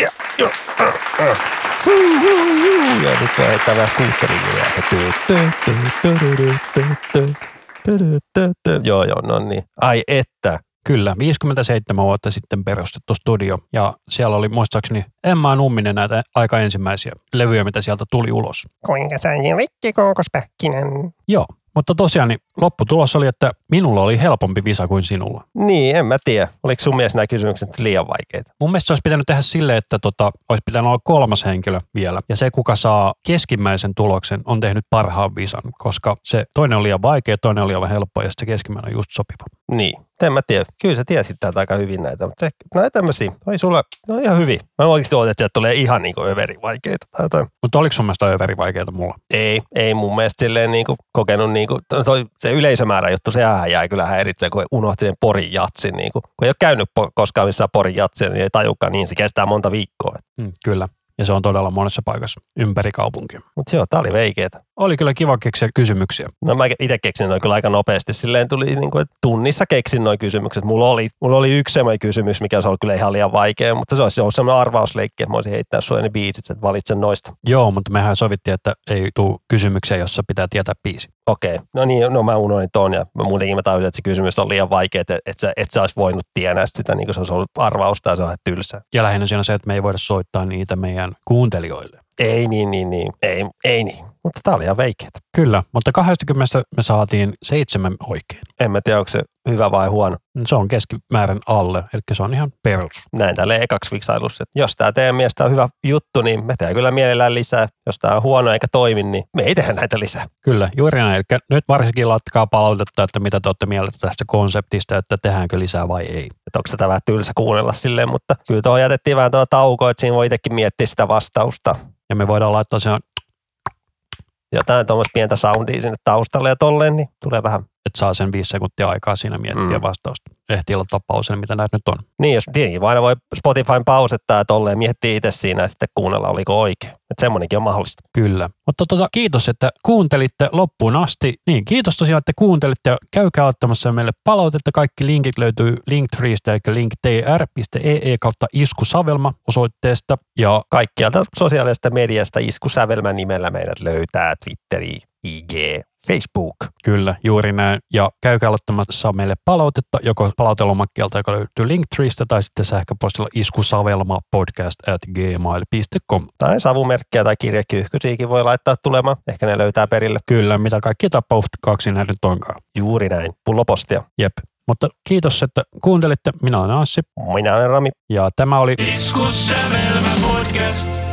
[SPEAKER 3] Yeah, joo, äh, äh. Huu, huu, huu. Ja nyt voi heittää vähän skuutteriviä. Tö, tö, tö, tö, tö, tö, tö, tö, tö, tö, tö. Joo, joo, no niin. Ai että.
[SPEAKER 2] Kyllä, 57 vuotta sitten perustettu studio ja siellä oli muistaakseni Emma Numminen näitä aika ensimmäisiä levyjä, mitä sieltä tuli ulos.
[SPEAKER 3] Kuinka sain rikki koukospäkkinen?
[SPEAKER 2] Joo, mutta tosiaan niin lopputulos oli, että minulla oli helpompi visa kuin sinulla.
[SPEAKER 3] Niin, en mä tiedä. Oliko sun mielestä nämä kysymykset liian vaikeita?
[SPEAKER 2] Mun mielestä se olisi pitänyt tehdä silleen, että tota, olisi pitänyt olla kolmas henkilö vielä. Ja se, kuka saa keskimmäisen tuloksen, on tehnyt parhaan visan, koska se toinen on liian vaikea, toinen on liian helppo ja sitten se keskimmäinen on just sopiva.
[SPEAKER 3] Niin, en mä tiedä. Kyllä sä tiesit täältä aika hyvin näitä, mutta se- no ei tämmöisiä. Oli sulla, no ihan hyvin. Mä oikeasti ootin, että sieltä tulee ihan niinku överi vaikeita tai jotain.
[SPEAKER 2] Mutta oliko sun mielestä överi vaikeaa mulla?
[SPEAKER 3] Ei, ei mun mielestä silleen niinku kokenut, niinku, to- toi, se yleisömäärä juttu, se jäi kyllä häiritsee, kun unohti ne Porin jatsin. Niinku. Kun ei ole käynyt po- koskaan missään Porin jatsin, niin ei tajukaan niin, se kestää monta viikkoa.
[SPEAKER 2] Mm, kyllä. Ja se on todella monessa paikassa ympäri kaupunkia.
[SPEAKER 3] Mutta joo, tää oli veikeetä.
[SPEAKER 2] Oli kyllä kiva keksiä kysymyksiä.
[SPEAKER 3] No mä itse keksin noin kyllä aika nopeasti. Silleen tuli niinku, että tunnissa keksin noin kysymykset. Mulla oli, mulla oli yksi semmoinen kysymys, mikä se oli kyllä ihan liian vaikea, mutta se olisi ollut semmoinen arvausleikki, että mä olisin heittää sulle ne biisit, että valitsen noista.
[SPEAKER 2] Joo, mutta mehän sovittiin, että ei tule kysymyksiä, jossa pitää tietää biisi.
[SPEAKER 3] Okei, no niin, no mä unohdin ton ja mä muutenkin mä tajusin, että se kysymys on liian vaikea, että et sä, et sä olisi voinut tienää sitä, niin kuin se olisi ollut arvaus tai se on vähän tylsää.
[SPEAKER 2] Ja lähinnä siinä on se, että me ei voida soittaa niitä meidän kuuntelijoille.
[SPEAKER 3] Ei niin, niin, niin, ei, ei niin, mutta tää oli ihan veikeetä.
[SPEAKER 2] Kyllä, mutta 20 me saatiin seitsemän oikein.
[SPEAKER 3] En mä tiedä, onko se hyvä vai huono.
[SPEAKER 2] Se on keskimäärän alle, eli se on ihan perus.
[SPEAKER 3] Näin tälle ekaksi viksailussa. että Jos tämä teidän mielestä on hyvä juttu, niin me tehdään kyllä mielellään lisää. Jos tämä on huono eikä toimi, niin me ei tehdä näitä lisää.
[SPEAKER 2] Kyllä, juuri näin. Eli nyt varsinkin laittakaa palautetta, että mitä te olette mieltä tästä konseptista, että tehdäänkö lisää vai ei.
[SPEAKER 3] Että onko tätä vähän tylsä kuunnella silleen, mutta kyllä tuohon jätettiin vähän tuolla taukoa, että siinä voi itsekin miettiä sitä vastausta.
[SPEAKER 2] Ja me voidaan laittaa se, että
[SPEAKER 3] Jotain tuommoista pientä soundia sinne taustalle ja tolleen, niin tulee vähän
[SPEAKER 2] saa sen viisi sekuntia aikaa siinä miettiä
[SPEAKER 3] Mm.
[SPEAKER 2] mm. vastausta. Ehtii olla tapaus, mitä näitä nyt on.
[SPEAKER 3] Niin, jos tietenkin vaan aina voi Spotifyn pausettaa ja tolleen miettii itse siinä ja sitten kuunnella, oliko oikein. Että semmoinenkin on mahdollista.
[SPEAKER 2] Kyllä. Mutta tota, kiitos, että kuuntelitte loppuun asti. Niin, kiitos tosiaan, että kuuntelitte ja käykää ottamassa meille palautetta. Kaikki linkit löytyy linktreestä, eli linktr.ee kautta iskusavelma osoitteesta. Ja
[SPEAKER 3] Kaikkialta sosiaalisesta mediasta iskusävelmän nimellä meidät löytää Twitteri, IG, Facebook.
[SPEAKER 2] Kyllä, juuri näin. Ja käykää laittamassa meille palautetta, joko palautelomakkeelta, joka löytyy Linktreestä, tai sitten sähköpostilla iskusavelma podcast at gmail.com.
[SPEAKER 3] Tai savumerkkejä tai kirjakyyhkysiäkin voi laittaa tulemaan. Ehkä ne löytää perille
[SPEAKER 2] Kyllä, mitä kaikki tapauksia näitä nyt onkaan.
[SPEAKER 3] juuri näin. Pullopostia.
[SPEAKER 2] Jep. Mutta kiitos, että kuuntelitte. Minä olen Anssi
[SPEAKER 3] Minä olen Rami.
[SPEAKER 2] ja tämä oli
[SPEAKER 1] Iskussävelmä podcast.